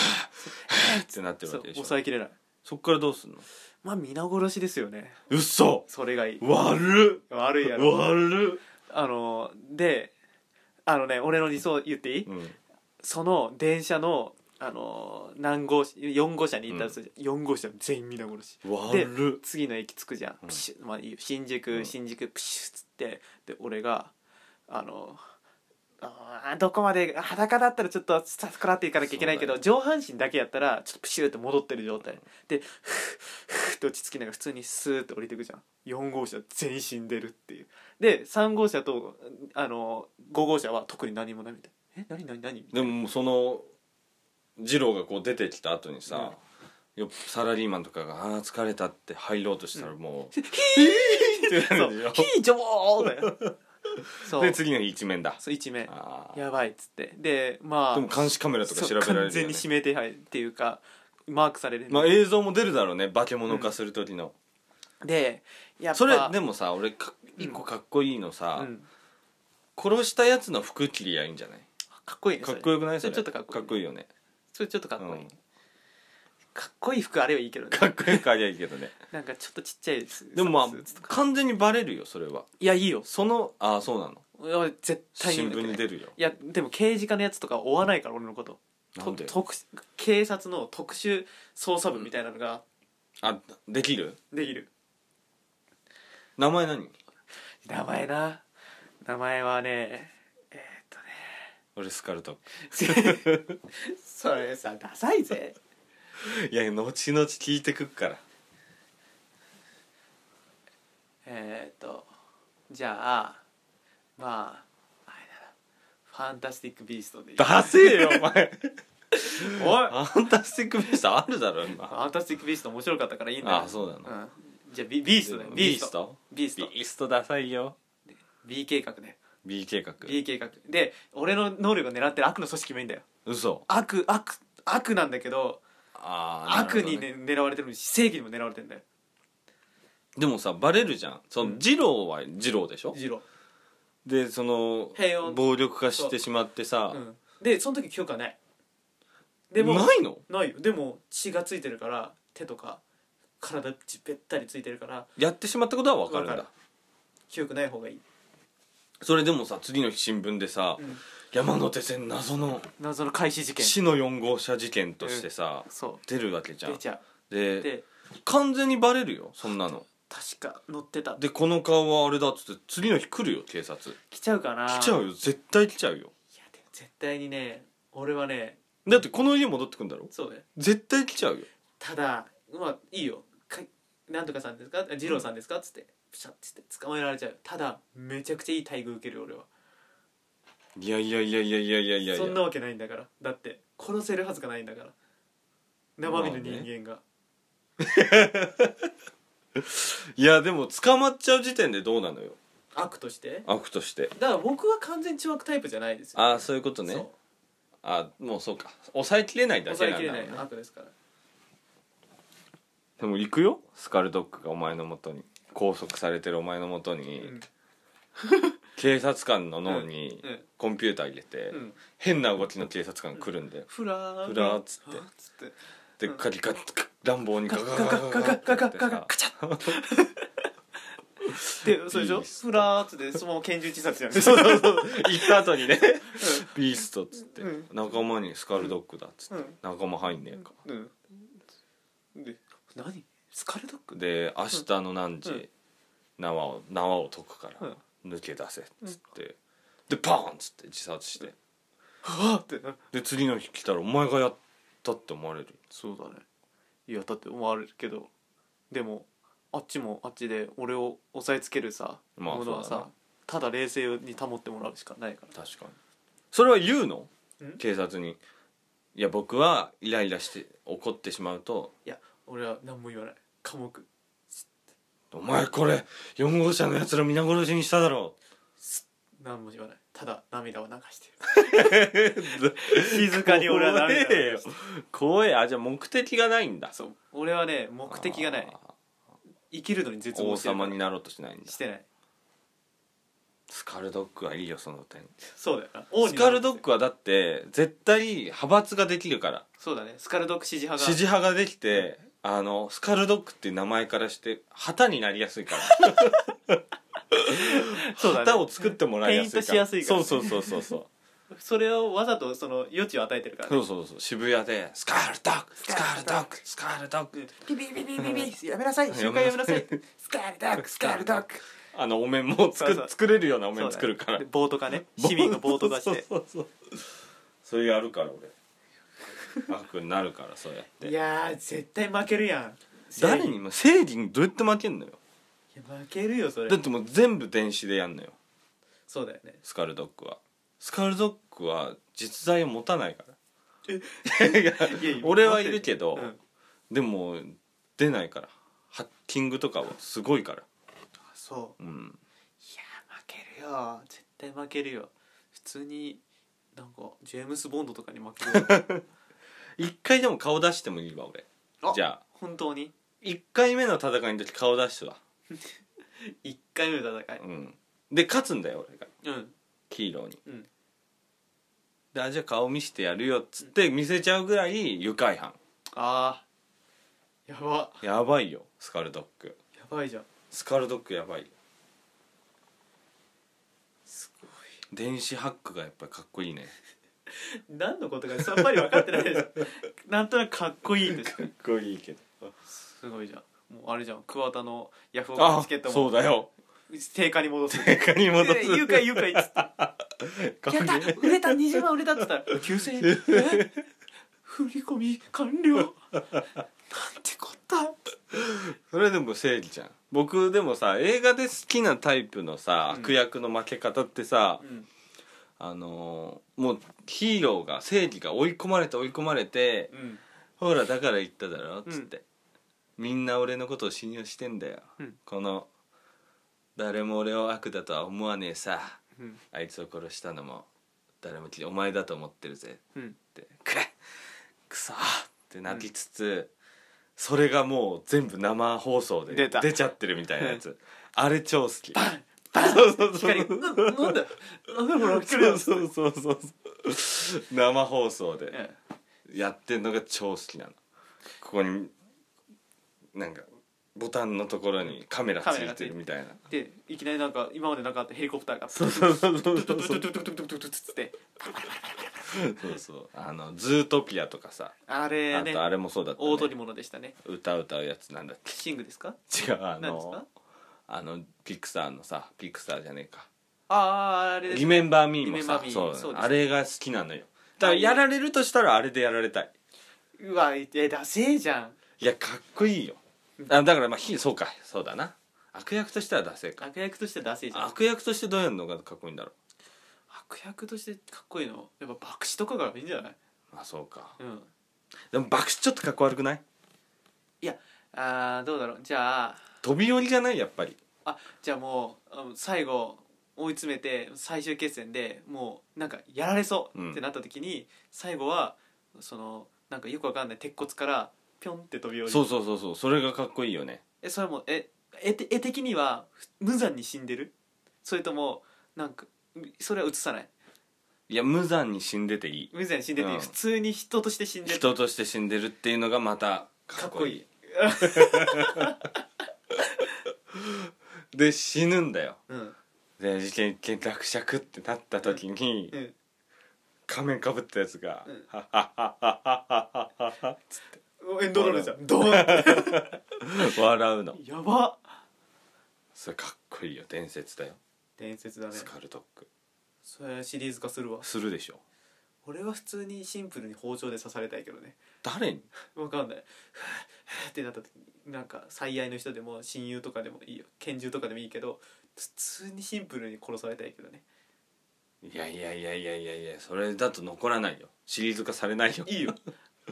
ぁってなってる
そ
わ
う
けでしょそ
抑えきれない
っからどうすんの
まあ皆殺しですよね
嘘
それがいい
悪
悪い
っ
やろ
悪っ
あのであのね俺の理想言っていい、
うん
その電車のあの何号車4号車に行ったらするじゃん、4号車全員皆殺し
悪っ
次の駅着くじゃん、
うん
ピシュッまあいいよ、新宿、
うん
新宿ピシュッつってで俺があのあーどこまで裸だったらちょっとさくらっていかなきゃいけないけど、
そ
上半身だけやったらちょっとプシューって戻ってる状態、でふーふーって落ち着きながら普通にスーって降りてくじゃん4号車全員死んでるっていうで3号車とあの5号車は特に何もないみたいえ何何何みたい
でももうその二郎がこう出てきた後にさ、よサラリーマンとかが「ああ疲れた」って入ろうとしたらもう「ヒー!」って
な
な
そ
るで
う
しょ
「ひーじょぼー」だよ そう
で次の日一面だ
そう一面
あー
やばいっつってでまあ
でも監視カメラとか調べられる
そ
よ、
う
ね、
完全に指名手配っていうかマークされる、
まあ映像も出るだろうね化け物化する時の、
でやっぱ
それで
も、
もさ俺か
うん
一個かっこいいの
う
さ、
ん
殺したやつの服着りゃいいんじゃない
かっこいいね
かっこよくない
そ
そ
れ
れ
ちょっとかっこいい
よね
それちょっとかっこいい、
うん
かっこいい服あればいいけどね
かっこよくありゃいいけど ね
なんかちょっとちっちゃいです
でもまあ
スーツとか
完全にバレるよそれはい
やいいよ
そのああそうなの
俺絶対
新聞に
る
出るよ
いやでも刑事課のやつとか追わないから俺のこと
なんで
と特殊警察の特殊捜査部みたいなのが
あできる
できる、
名前何
名前な名前はねえー、っとね
俺スカルト
それさダサいぜ
いや後々聞いてくっから
えー、っとじゃあまああれだなファンタスティック・ビーストでいい
ダセえよお 前
おい
ファンタスティックビーストあるだろ
フ
今
ァンタスティック・ビースト面白かったからいいんだよ
あそうなの
ん、じゃあビビーストだよビーストビース
ビ
ト
ーストダサいよ
B 計画ね
B 計画
B 計画で俺の能力を狙ってる悪の組織もいいんだよ
嘘
悪悪悪なんだけど
あー
悪
なる
に、
ほど
ね狙われてるし正義にも狙われてるんだよ
でもさバレるじゃんその二郎は二郎でしょ
ジロ
でその
平穏
暴力化してしまってさ
ー、うん、でその時記憶はないでも
ないの
ないよでも血がついてるから手とか体血べったりついてるから
やってしまったことは分かるん
わ
だ
か記憶ない方がいい、
それでもさ次の日新聞でさ
うん、
山手線謎の
謎の開始事件
死の4号車事件としてさ
そ
出るわけじ
う
ゃ
出
ん
ちゃう
で
で
完全にバレるよそんなの
確か乗ってた
でこの顔はあれだっつって次の日来るよ警察
来ちゃうかな
来ちゃ
いう
よ絶対来ちゃうよ
やでも絶対にね俺はね
だってこの家戻ってくんだろ
そうね
絶対来ちゃうよ
ただまあいいよかなんとかさんですかあ二郎さんですか?」っつってピシャッつって捕まえられちゃうただめちゃくちゃいい待遇受けるよ俺はい
やいやいやいやいやいやいや
そんなわけないんだからだって殺せるはずがないんだから生身の人
まあ
間が、
いやでも捕まっちゃう時点でどうなのよ
悪として
悪として
だから僕は完全懲悪タイプじゃないですよ
ああそういうことね
そう
あもうそうか抑えきれないだけ
抑
な
え
ん
きれ
だ
な
ろう
い
ね
悪ですから
でも行くよスカルドッグがお前のもとに拘束されてるお前のもとに、
うん
警察官の脳に
うんうん
コンピューター入れて、
うん
変な動きの警察官来るんで、
フラー
フラーっつって
はっつって
で
うん
カリカッ乱暴にガガガガガガガガガガガ
チャッでそれ
い
でし
い
ょ
っす
フラーっつってそのまま拳銃自殺じゃん
そうそうそう行った後にねビーストっつって
うん
仲間にスカルドッグだっつって
うん
仲間入んねえか
うんで何スカルドッグ
で明日の何
う
時
ん
縄を縄を解くから抜け出せっつってでパーンっつって自殺して
はぁってな
で次の日来たらお前がやったって思われる
そうだねいやだって思われるけどでもあっちもあっちで俺を押さえつけるさ、
まあ
ものは
そうだ
さ
な
ただ冷静に保ってもらうしかないから
確かにそれは言うの
ん
警察にいや僕はイライラして怒ってしまうと
いや俺は何も言わない科目
「お前これ4号車のやつら皆殺しにしただろ
何も言わないただ涙を流してる
う」
静かに俺は涙を流してる
怖えあじゃあ目的がないんだ
そう俺はね目的がない
あ
生きるのに
ー
絶望
王
してるか
様
ら
になろうとしないんだ
してない
スカルドッグはいいよその点
そうだよな王に
ス
な
カ
ろう
ル
と
ドッ
してる
グはだって絶対派閥ができるから
そうだねスカルドッグ支持派が
支持派ができてあのスカルドッグっていう名前からして旗になりやすいから
そうだね
旗を作ってもらいやすいから
ペイントしやすいからね
そうそうそうそうそう
それをわざとその余地を与えてるからね
そうそうそう渋谷で「スカールドッグスカールドッグスカールドッグ
ピピピピピピやめなさい瞬間やめなさいスカールドッグスカールドッグ」
あのお面も作
そうそう
作れるようなお
そうだ
面
ね
作るから
で暴徒化ね市民が暴徒化し
そうそうそうそれやるから俺悪になるからそうやって
い
て
やー絶対負けるやん
誰にも正義にどうやって負けんのよ
いや負けるよそれ
だってもう全部電子でやんのよ
そうだよね
スカルドッグはスカルドッグは実在を持たないから いや
いやいや
俺はいるけど、
うん
でも出ないからハッキングとかはすごいから
あそう
うん
いやー負けるよ絶対負けるよ普通になんかジェームス・ボンドとかに負けるよ
一回でも顔出してもいいわ俺
あ
じゃあ
本当に
一回目の戦いの時顔出してわ
1回目の戦い
うんで勝つんだよ俺が
うん
ヒーローに、
うん
であじゃあ顔見してやるよっつって見せちゃうぐらい愉快犯
あーやば
やばいよスカルドッグ
やばいじゃん
スカルドッグやばいよ
すごい
電子ハックがやっぱりかっこいいね
何のことかさっぱり分かってないでしょなんとなくかっこいいんです
かっこいいけど
すごいじゃんもうあれじゃん桑田のヤフオクの
あ
チケット
そう
も
だ よ
定価に戻す
定価に戻す
で誘拐誘拐っつって
かっ
やった
こいい
売れた20万売れたっつったら9000円え振り込み完了なんてこった
それでも正義じゃん僕でもさ映画で好きなタイプのさ、
うん
悪役の負け方ってさ、
うん
あのーもうヒーローが正義が追い込まれて追い込まれて、
うん
ほらだから言っただろっつって、みんな俺のことを信用してんだよ、
うん
この誰も俺を悪だとは思わねえさ
うん
あいつを殺したのも誰もきお前だと思ってるぜ
う
っ
ん
て「くれくそ!」って泣きつつ、それがもう全部生放送で
出た
ちゃってるみたいなやつあれ超好き
バンバン
そうそうそう
光ななんだなんだこれ光
そう
る
そうそうそう生放送で
え
やってるのが超好きなのここになんかボタンのところにカメラつ
カメラ
い
がつ
て
いて
る
る
みたいな
えでいきなりなんか今までなかったヘリコプターが
そうそうそうそう
ト
そ
ゥ
う
ト
そ
ゥ
う
トゥトゥトゥトゥトゥトゥトゥつって
そうあの「ズートピア」とかさ
あれ
あ
ね
とあれもそうだった、
大取り
ね、
物でしたね
歌歌うやつなんだっけ
キッシングですか
違うあ
何ですか
のあのピクサーのさピクサーじゃねえか
あああ
「
れです
リメンバー・ミー」も
Remember
さ
Me
そう
そうです
あれが好きなのよだからやられるとしたらあれでやられたいう
わえダセえじゃん
いやかっこいいよあだからまあひそうかそうだな悪役としてはダセえか
悪役としてダセいじゃん
悪役としてどうやるのがかっこいいんだろ
悪役としてかっこいいのやっぱ爆死とかがいいんじゃないう
まあそうか
うん
でも爆死ちょっとかっこ悪くない
あーどうだろうじゃあ
飛び降りじゃないやっぱり
あじゃあもうあの最後追い詰めて最終決戦でもうなんかやられそうってなった時に、最後はそのなんかよくわかんない鉄骨からピョンって飛び降り
そううそうそうそうそれがかっこいいよね
えそれもえ絵て絵的には無残に死んでるそれともなんかそれは映さない
いや無残に死んでていい
無残に死んでて、
うん
普通に人として死んでる
人として死んでるっていうのがまたかっこいいで死ぬんだよ
うん
で事件一件落着ってなった時に、
うん
仮面かぶったやつが
うん
「ハッハッハッハッハッハッハ
エンドロールじゃんドーン
ッ」笑うの
やば
それかっこいいよ伝説だよ
伝説だね
スカルトック
それシリーズ化するわ
するでしょ
俺は普通にシンプルに包丁で刺されたいけどね
誰に
わかんない ってなった時なんか最愛の人でも親友とかでもいいよ拳銃とかでもいいけど普通にシンプルに殺されたいけどね
いやいやいやいやいやいやそれだと残らないよシリーズ化されないよ
いい よ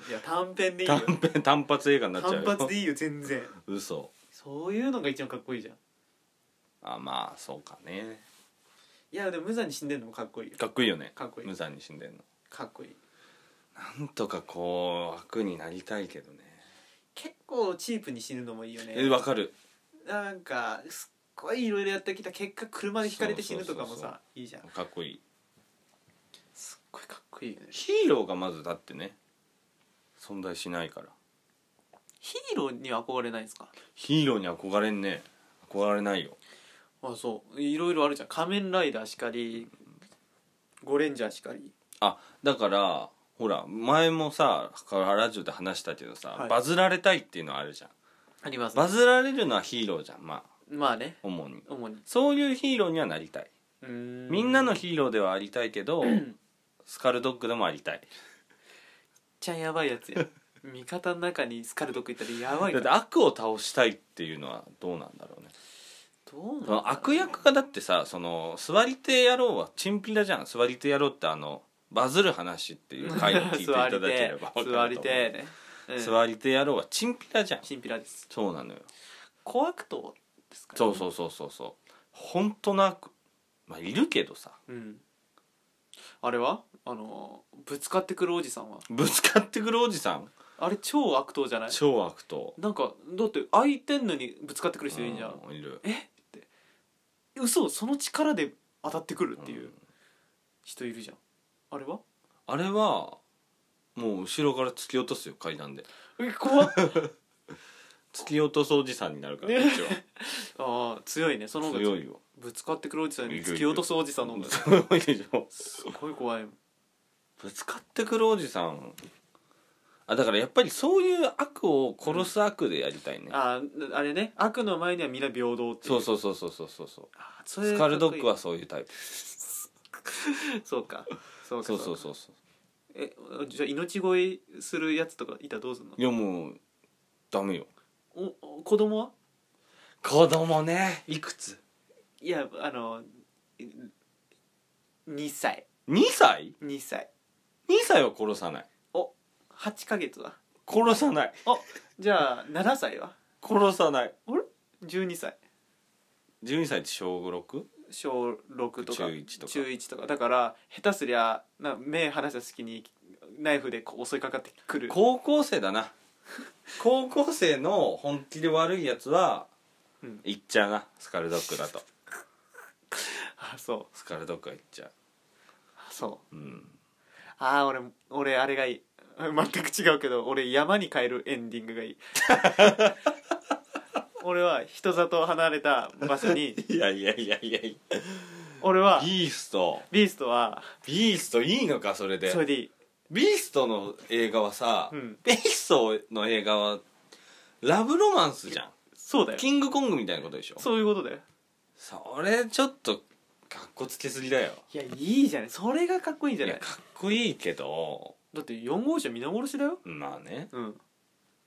いや短編でいいよ
短編単発映画になっちゃう
単
よ
発でいいよ全然
嘘
そういうのが一番かっこいいじゃん
あまあそうかね
いやでも無残に死んでんのもかっこいいよ
かっこいいよね
かっこいい
無残に死んでんの
かっこいい
なんとかこう悪になりたいけどね
結構チープに死ぬのもいいよね
えわかる
なんかすっごいいろいろやってきた結果車でひかれて死ぬとかも
そうそうそう
さいいじゃん
かっこいい
すっごいかっこいいよね
ヒーローがまずだってね存在しないから
ヒーローには憧れないんですか
ヒーローに憧れんね憧れないよ
あそういろいろあるじゃん仮面ライダーしかりゴレンジャーしかり
あだからほら前もさラジオで話したけどさ、
はい
バズられたいっていうのはあるじゃん
あります
バズられるのはヒーローじゃんまあ
まあね
主に
主に
そういうヒーローにはなりたいみ
み
んなのヒーローではありたいけど、
ん
スカルドッグでもありたい
ちゃやばいやつや味方の中にスカルドックいたらやばい
だ
か
って
ら
悪を倒したいっていうのはどうなんだろうね
どうなん
その悪役がだってさその座り手野郎はチンピラじゃん座り手野郎ってあのバズる話っていう回を聞いていただければ分かると思う
座りて座りてね、うん、
座り手野郎はチンピラじゃん
チンピラです
そうなのよ
小悪党ですか、ね、
そうそうそうそうそう本当の悪まあいるけどさ
うんあれはあのぶつかってくるおじさんは
ぶつかってくるおじさん
あれ超悪党じゃない
超悪党
なんかだって空いてんのにぶつかってくる人いるじゃん
うんいる
えって嘘その力で当たってくるっていう人いるじゃんあれは
あれはもう後ろから突き落とすよ階段で
え 怖っ
突き落とすおじさんになるから
ね
こっちは
ああ強いね その方が
強いよ
ぶつかってくるおじさん
い
に
るいる
突き落とすおじさんの方が
強いでしょ
すごい怖いもん
ぶつかってくるおじさんあだからやっぱりそういう悪を殺す悪でやりたいね、
あああれね悪の前には皆平等ってい
そううそうそうそうそうそうそう
あそれ
スカルドッグ
かっ
はそういうタイプ
こいいそうかそうか
そうそう
か
そうそう
えじゃあ命乞いするやつとかいたらどうすんの
いやもうダメよ
おお子供は
子供ねいくつ
いやあの2歳
2歳
2歳
?2 歳は殺さない
お八8ヶ月は
殺さない
あじゃあ7歳は
殺さない
あれ12歳
12歳って小 6?
小6とか
中一とか
中一とかだから下手すりゃな目離した隙にナイフでこう襲いかかってくる
高校生だな高校生の本気で悪いやつは、
うん
いっちゃうなスカルドッグだと
あそ
スカルドッグはいっちゃ
うそう
ううん
うああ俺俺あれがい い全く違うけど俺山に帰るエンディング がいい俺は人里離れた場所に
いやいやいやいやいや
俺は
ビースト
ビーストは
ビーストいいのかそれで
それでいい
ビーストの映画はさ、
うん
ビーストの映画はラブロマンスじゃん
そうだよ
キングコングみたいなことでしょ
そういうことだよ
それちょっとかっこつけすぎだよ
いやいいじゃないそれがかっこいいんじゃ
い
な
や
い
かっこいいけど
だって4号車皆殺しだよ
まあね
うん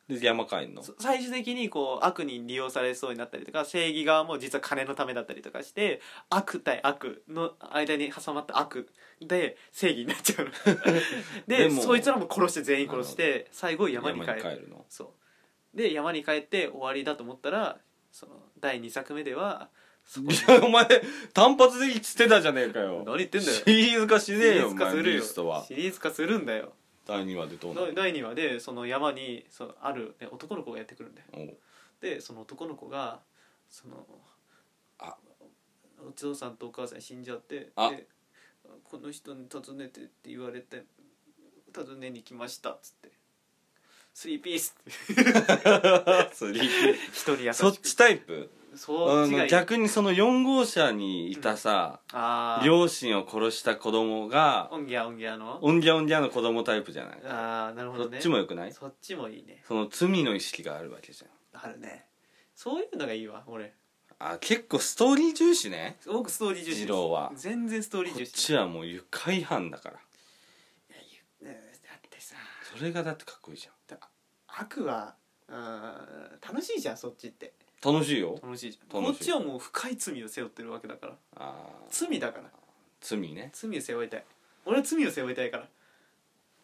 で山帰んの
そ最終的にこう悪に利用されそうになったりとか正義側も実は金のためだったりとかして悪対悪の間に挟まった悪で正義になっち ゃうので
でも
そいつらも殺して全員殺して最後山に帰る
るの
そうで山に帰って終わりだと思ったらその第2作目ではそこ
いやお前単発で言ってたじゃねえかよ
何言ってんだよ
シリーズ化しねえよお前
シ
ビ
リ
ー
ー
ス
ズ
ト
化
は
するよシリーズ化するんだよ
第2話でどうな
第
る
第2話でその山にそのあるね男の子がやってくるんだよ
おう
でその男の子がその
あ
お父さんとお母さん死んじゃって
あ
でこの人に訪ねてって言われて訪ねに来ましたっつって「スリーピース」って
スリー
人に優し
そっ
く
ちタイプ
そ
あ
っちが
の
いい
逆にその4号車にいたさ、
ああ
両親を殺した子供が
オンギャオンギャの
オンギャオンギャの子供タイプじゃない、
ああなるほ
そ
ど
っ
ね
ちもよくない
そっちもいいね
その罪の意識があるわけじゃん
あるねそういうのがいいわ俺
あ結構ストーリー重視ね
僕ストーリー重視
二郎は
全然ストーリー
こ
重
っ
視
ちはもう愉快犯だから
うんだってさ
それがだってかっこいいじ
悪はうん楽しいじゃんそっちって
ゃん楽しいよ
楽しいじゃんこ
楽
っ
しい
ちはもう深い罪を背負ってるわけだから
あー
罪だから
罪ね
罪を背負いたい俺は罪を背負いたいから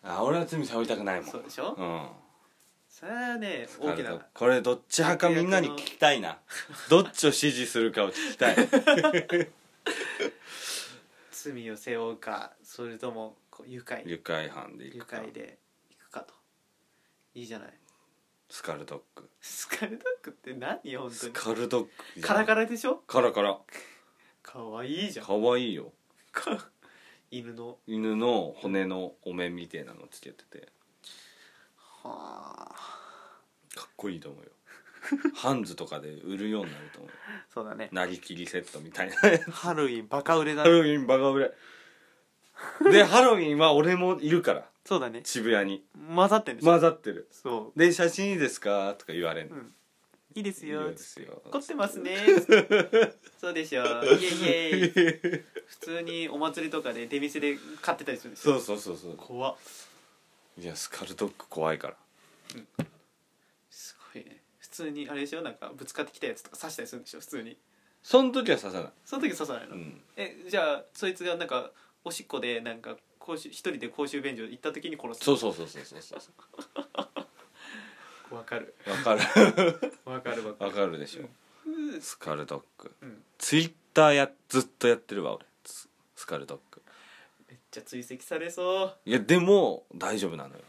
あ俺は罪背負いたくないもん
そうでしょ
うん
それはね大き
あれ
な
これどっち派かみんなに聞きたい などっちを支持するかを聞きたい
罪を背負うかそれともこう愉快
愉快犯でい
愉
くか
快でいくかといいじゃない
スカルドッグ
スカルドッグって何よ本当
ス
に
カルドッグ
カラカラでしょ
カラカラ
かわいいじゃん
かわいいよ
か犬の
犬の骨のお面みたいなのつけてて
はあ
かっこいいと思う よハンズとかで売るようになると思うよ
そうだね
なりきりセットみたいな
ハロウィンバカ売れだ
ハ
ね
ロウィンバカ売れでハロウィンは俺もいるから
そうだね
渋谷に
混ざってるでしょ、
混ざってる
そ
で写真いいですかとか言われん
う、
の
うん、いいです
いいよ
よ
ですよ
凝ってま すねそうでしょイエイイエイ普通にお祭りとかで出店で買ってたりするんです
そ
よ
うそうそうそう
怖っ
いやスカルドッグ怖いから
すごいね普通にあれでしょなんかぶつかってきたやつとか刺したりするんでしょ普通に
その時は刺さない
その時刺さないの、
うん
えじゃあそいつがなんかおしっこでなんか公衆一人で公衆便所行った時に殺す
そうそうそうそうそうそう
わかる
わかる
わかるわか
わかるでしょ
るうん
スカルドッグ
うん
ツイッターやずっとやってるわ俺ススカルドッグ
めっちゃ追跡されそう
いやでも大丈夫なのよ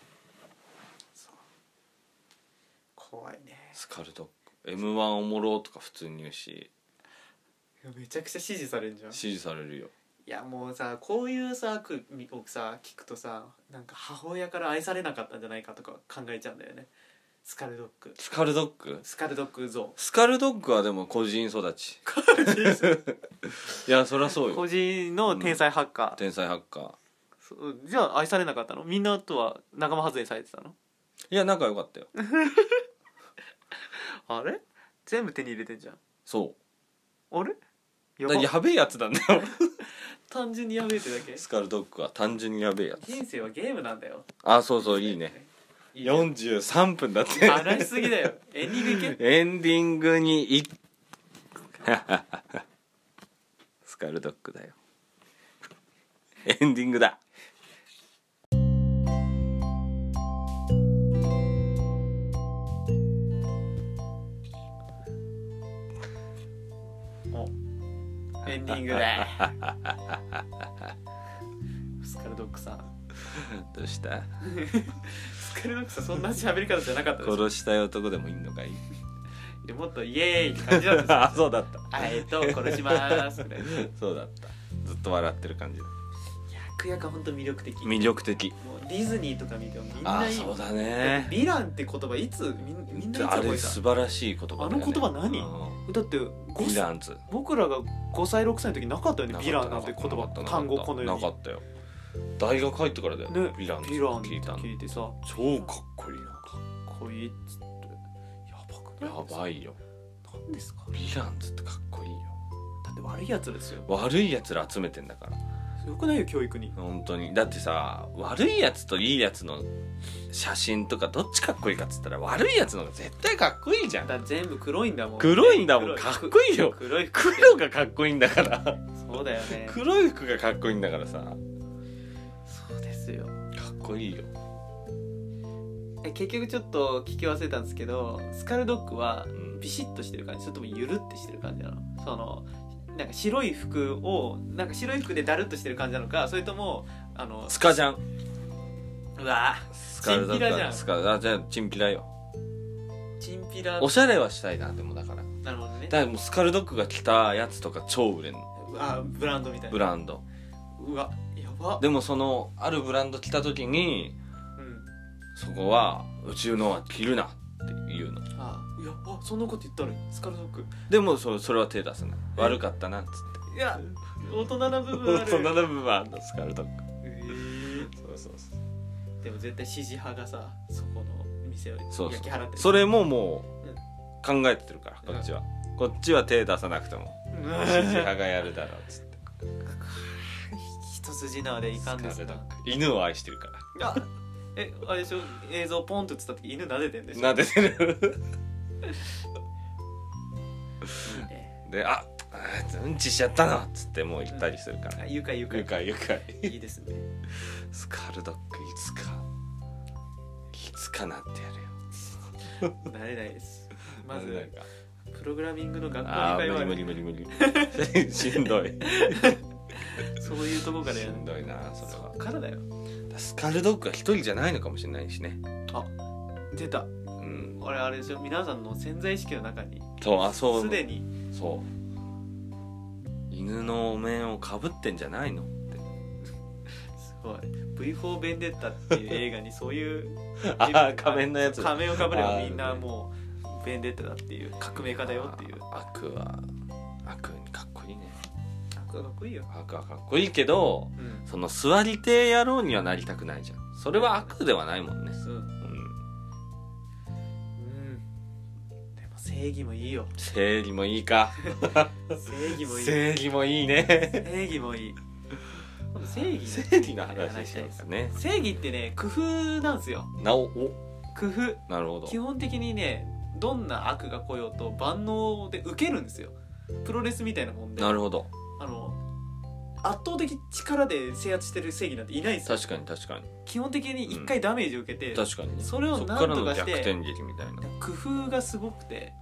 怖いね
スカルドッグ m 1おもろとか普通に言うし
めちゃくちゃ支持されるじゃんい
支持されるよ
やもうさこういうさ悪をさ聞くとさなんか母親から愛されなかったんじゃないかとか考えちゃうんだよねスカルドッグ
スカルドッグ
スカルドッグ像
スカルドッグはでも個人育ち いやそりゃそうよ
個人の天才ハッカー、
天才ハッカー
そうじゃあ愛されなかったのみんなとは仲間外れされてたの
いや仲良かったよ
あれ全部手に入れてんじゃん
そ
あれ
う
や
だ
ば
からやべえやつなんだよ
単純にやべえってだ け
スカルドッグは単純にやべえやつ
人生はゲームなんだよ
あそうそういいね
いいね
43分だって
話しすぎだよエンディングいけ
エンディングにい スカルドッグだよエンディングだ
エンディングだスカルドックさん
どうした
スカルドックさんそんな喋り方じゃなかったです
殺したい男でもいいのかい
でもっとイエーイって感じだったん
あ
ですよ
そうだった
あえっと殺しますみたいな
そうだったずっと笑ってる感じだ
役役ほんと魅力的も
魅力的
うディズニーとか見てもみん
あ
ないいも
そ
ん
うだね
ヴィランって言葉いつみんみんないつ
あ
覚
れ
え
素晴らしい言葉だよね
あの言葉何
うん
ただってご
ヴィランズ
僕らが5歳6歳の時なかったよね
な
ヴ
かった
ィランなんて言
な
葉
かった
単語この世
な
に
か
ね
ったよ大学入ってからだよ、ヴ
ヴ
ィランズ
ィランって
聞いたの
聞いてさか
超かっこいいな
っこいいっつってやばくない
やばいよ
何ですか
ヴィランズってかっこいいよ
だって悪いやつですよ
悪いやつら集めてんだから
よくないよ教育に
本当にだってさ悪いやつといいやつの写真とかどっちかっこいいかっつったら悪いやつの方が絶対かっこいいじゃん
だ全部黒いんだもん
黒いんだもんかっこいいよ
黒い服
黒がかっこいいんだから
そうだよね
黒い服がかっこいいんだからさか
そうですよ
っこいいよ
え結局ちょっと聞き忘れたんですけどスカルドッグは
ん
ビシッとしてる感じそれともゆるってしてる感じなのそのなんか白い服をなんか白い服でだるっとしてる感じなのかそれともあの
スカジャン
うわ
スカルだっ
チンピラじゃ
た
ん
スカあじゃあチンピラよ
チンピラ
おしゃれはしたいなでもだから
なるほどね
だからもうスカルドッグが着たやつとか超売れんの
あブランドみたい
ブ
な
ランド
うわやば
でもそのあるブランド着た時に
うん
そこは宇宙のは着るなって言うの
あやばそんなこと言ったのスカルドッグ
でもそそれは手出さない
え
悪かったなっつって
いや大人な部分あ
大
る
人の部分はあんのスカルドッグ
えー
そうそうそう
でも絶対支持派がさそこの店を
そう
焼き払ってる
それもも
うん
う考えてるからこっちはこっちは手出さなくても
う
支持派がやるだろうっつって
一筋縄でいかんです
スカル
な
ドッグ犬を愛してるから
あえあれでしょ映像ポンと映った時犬撫でてんでしょ
撫でてる
え
でああうんちしちゃったのっつってもう行ったりするから
あ愉快愉快
愉快愉快
いいですね
スカルドッグいつかいつかなってやるよ
慣れないですま
なれ
ず
ないか
プログラミングの学校に
ああ
通
ー
わ
無
れ
理無
る
理無理無理 しんどい
そういうとこからや
し
る
んどいなそれ
そ
は
っからだよ
スカルドッグは一人じゃないのかもしれないしね
出た
うん
俺あれでしょ皆さんの潜在意識の中に
そうあそう
すでに
そう犬のお面をかぶってんじゃないのって
すごい V4 ベンデッタっていう映画にそういう
あー仮面のやつ
仮面をかぶれば
あー
みんなもうベンデッタだっていう革命家だよっていう
悪は悪かっこいいね
かっこいいよ
悪はかっこいいけど
うん
その座り手野郎にはなりたくないじゃんそれは悪ではないもんね
そう
うん
うんでも正義もいい よ
生理もいいか
正義もいい
生理もいい ね
正義もいい今度正義
生理の話しようかね
正義ってね工夫なんですよ
なおお
工夫
なるほど
基本的にねどんな悪が来ようと万能で受けるんですよプロレスみたいなもんで
なるほど
あの圧倒的力で制圧してる正義なんていないんですよ
確かに確かに
基本的に一回ダメージを受けて、
確かにね
それを
そっ
なん
から
と
の
か
逆
して
転劇みたいな
工夫がすごくて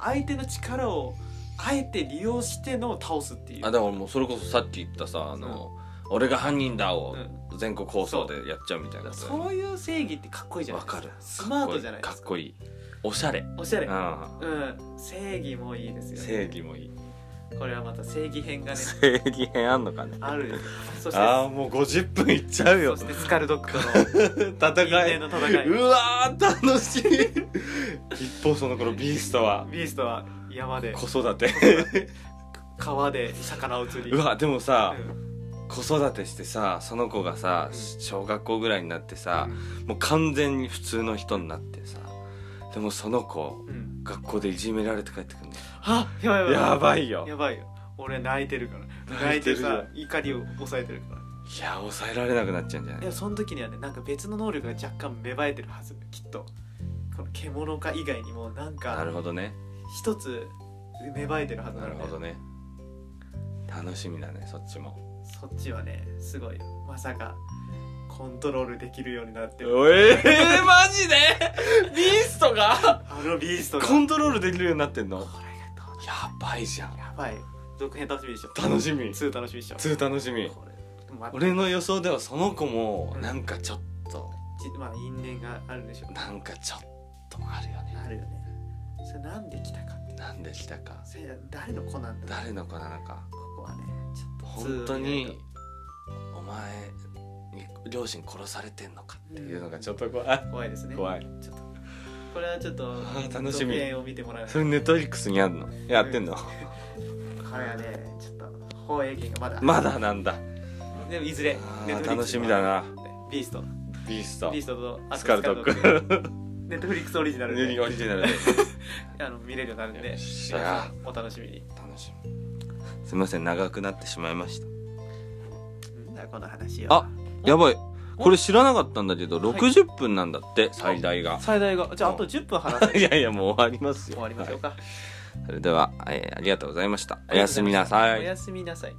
相手の力をあえて利用してのを倒すっていう
あだからもうそれこそさっき言ったさあの、俺が犯人だを
うん
全国放送でやっちゃうみたいなさ
そういう正義ってかっこいいじゃな
わ
いですか
かる
スマートじゃないで
か
す
っ
か
こいいおしゃれ
おしゃれ
あ
うん正義もいいですよね
正義もいい
これはまた正義編がね
正義編あんのかね
あるよそして
ああもう50分いっちゃうよ
そしてスカルドッグの
戦
因
い
縁の戦 いう
わー楽しい一方その頃ビーストは
ビーストは山で
子育て
川で魚を釣り
うわでもさ
うん
子育てしてさその子がさ
うん
小学校ぐらいになってさもう完全に普通の人になってさでもその子
うん
学校でいじめられて帰ってくるの
あやばい
やばいよ
やばいよ俺泣いてるから泣
泣
い
いて
て
るよ
さ怒りを抑えてるから
いや抑えられなくなっちゃうんじゃない
いやその時にはねなんか別の能力が若干芽生えてるはずきっとこの獣化以外にもなん
な
か
るほどね
一つ芽生えてるはず
な
な
る
ので
ほどね楽しみだねそっちも
そっちはねすごいよまさかコントロールできるようになってる
ええ マジでビーストが
あのビーストが
コントロールできるようになってんのや
これがどう
ばいじゃん
やばい続編楽しみでしょ
楽しみ
2楽しみでしょ
2楽しみ
これま
俺の予想ではその子もなんかちょっと
ちまあ因縁があるでしょ
なんかちょっとあるよ
あ
ね
るよねそれなんで来たかって
なんで来たか
それ誰の子なんだ
誰の子なのか
ここはねちょっと
本当にお前に両親殺されてんのかっていうのがちょっと怖い
怖いですね
怖い
ちょっとこれはちょっと
ー楽しみ
続編を見てもらう
それネットフリックスにあんのやってんの
これはねちょっと放映権がまだ
まだなんだ
でもいずれ
あー
Netflix
楽しみだな
ビースト
ビースト
ビーストとあと
スカルトッ
スカル
ク
ネットフリックスオリジナル
ユニ
で
オリジナルで
あの見れるようになるん
よ
で
っしゃ
お楽しみに
楽しみすみません長くなってしまいました
うんしたこの話を
あやばいこれ知らなかったんだけど60分なんだって最大が
最大がじゃああと10分話せ る
いやいやもう終わりますよ
終わりましょうか、
はいそれでは、えーありがとうございましたお
ありが
や
とうござ
す
いま
み
した
なさい
おやすみなさい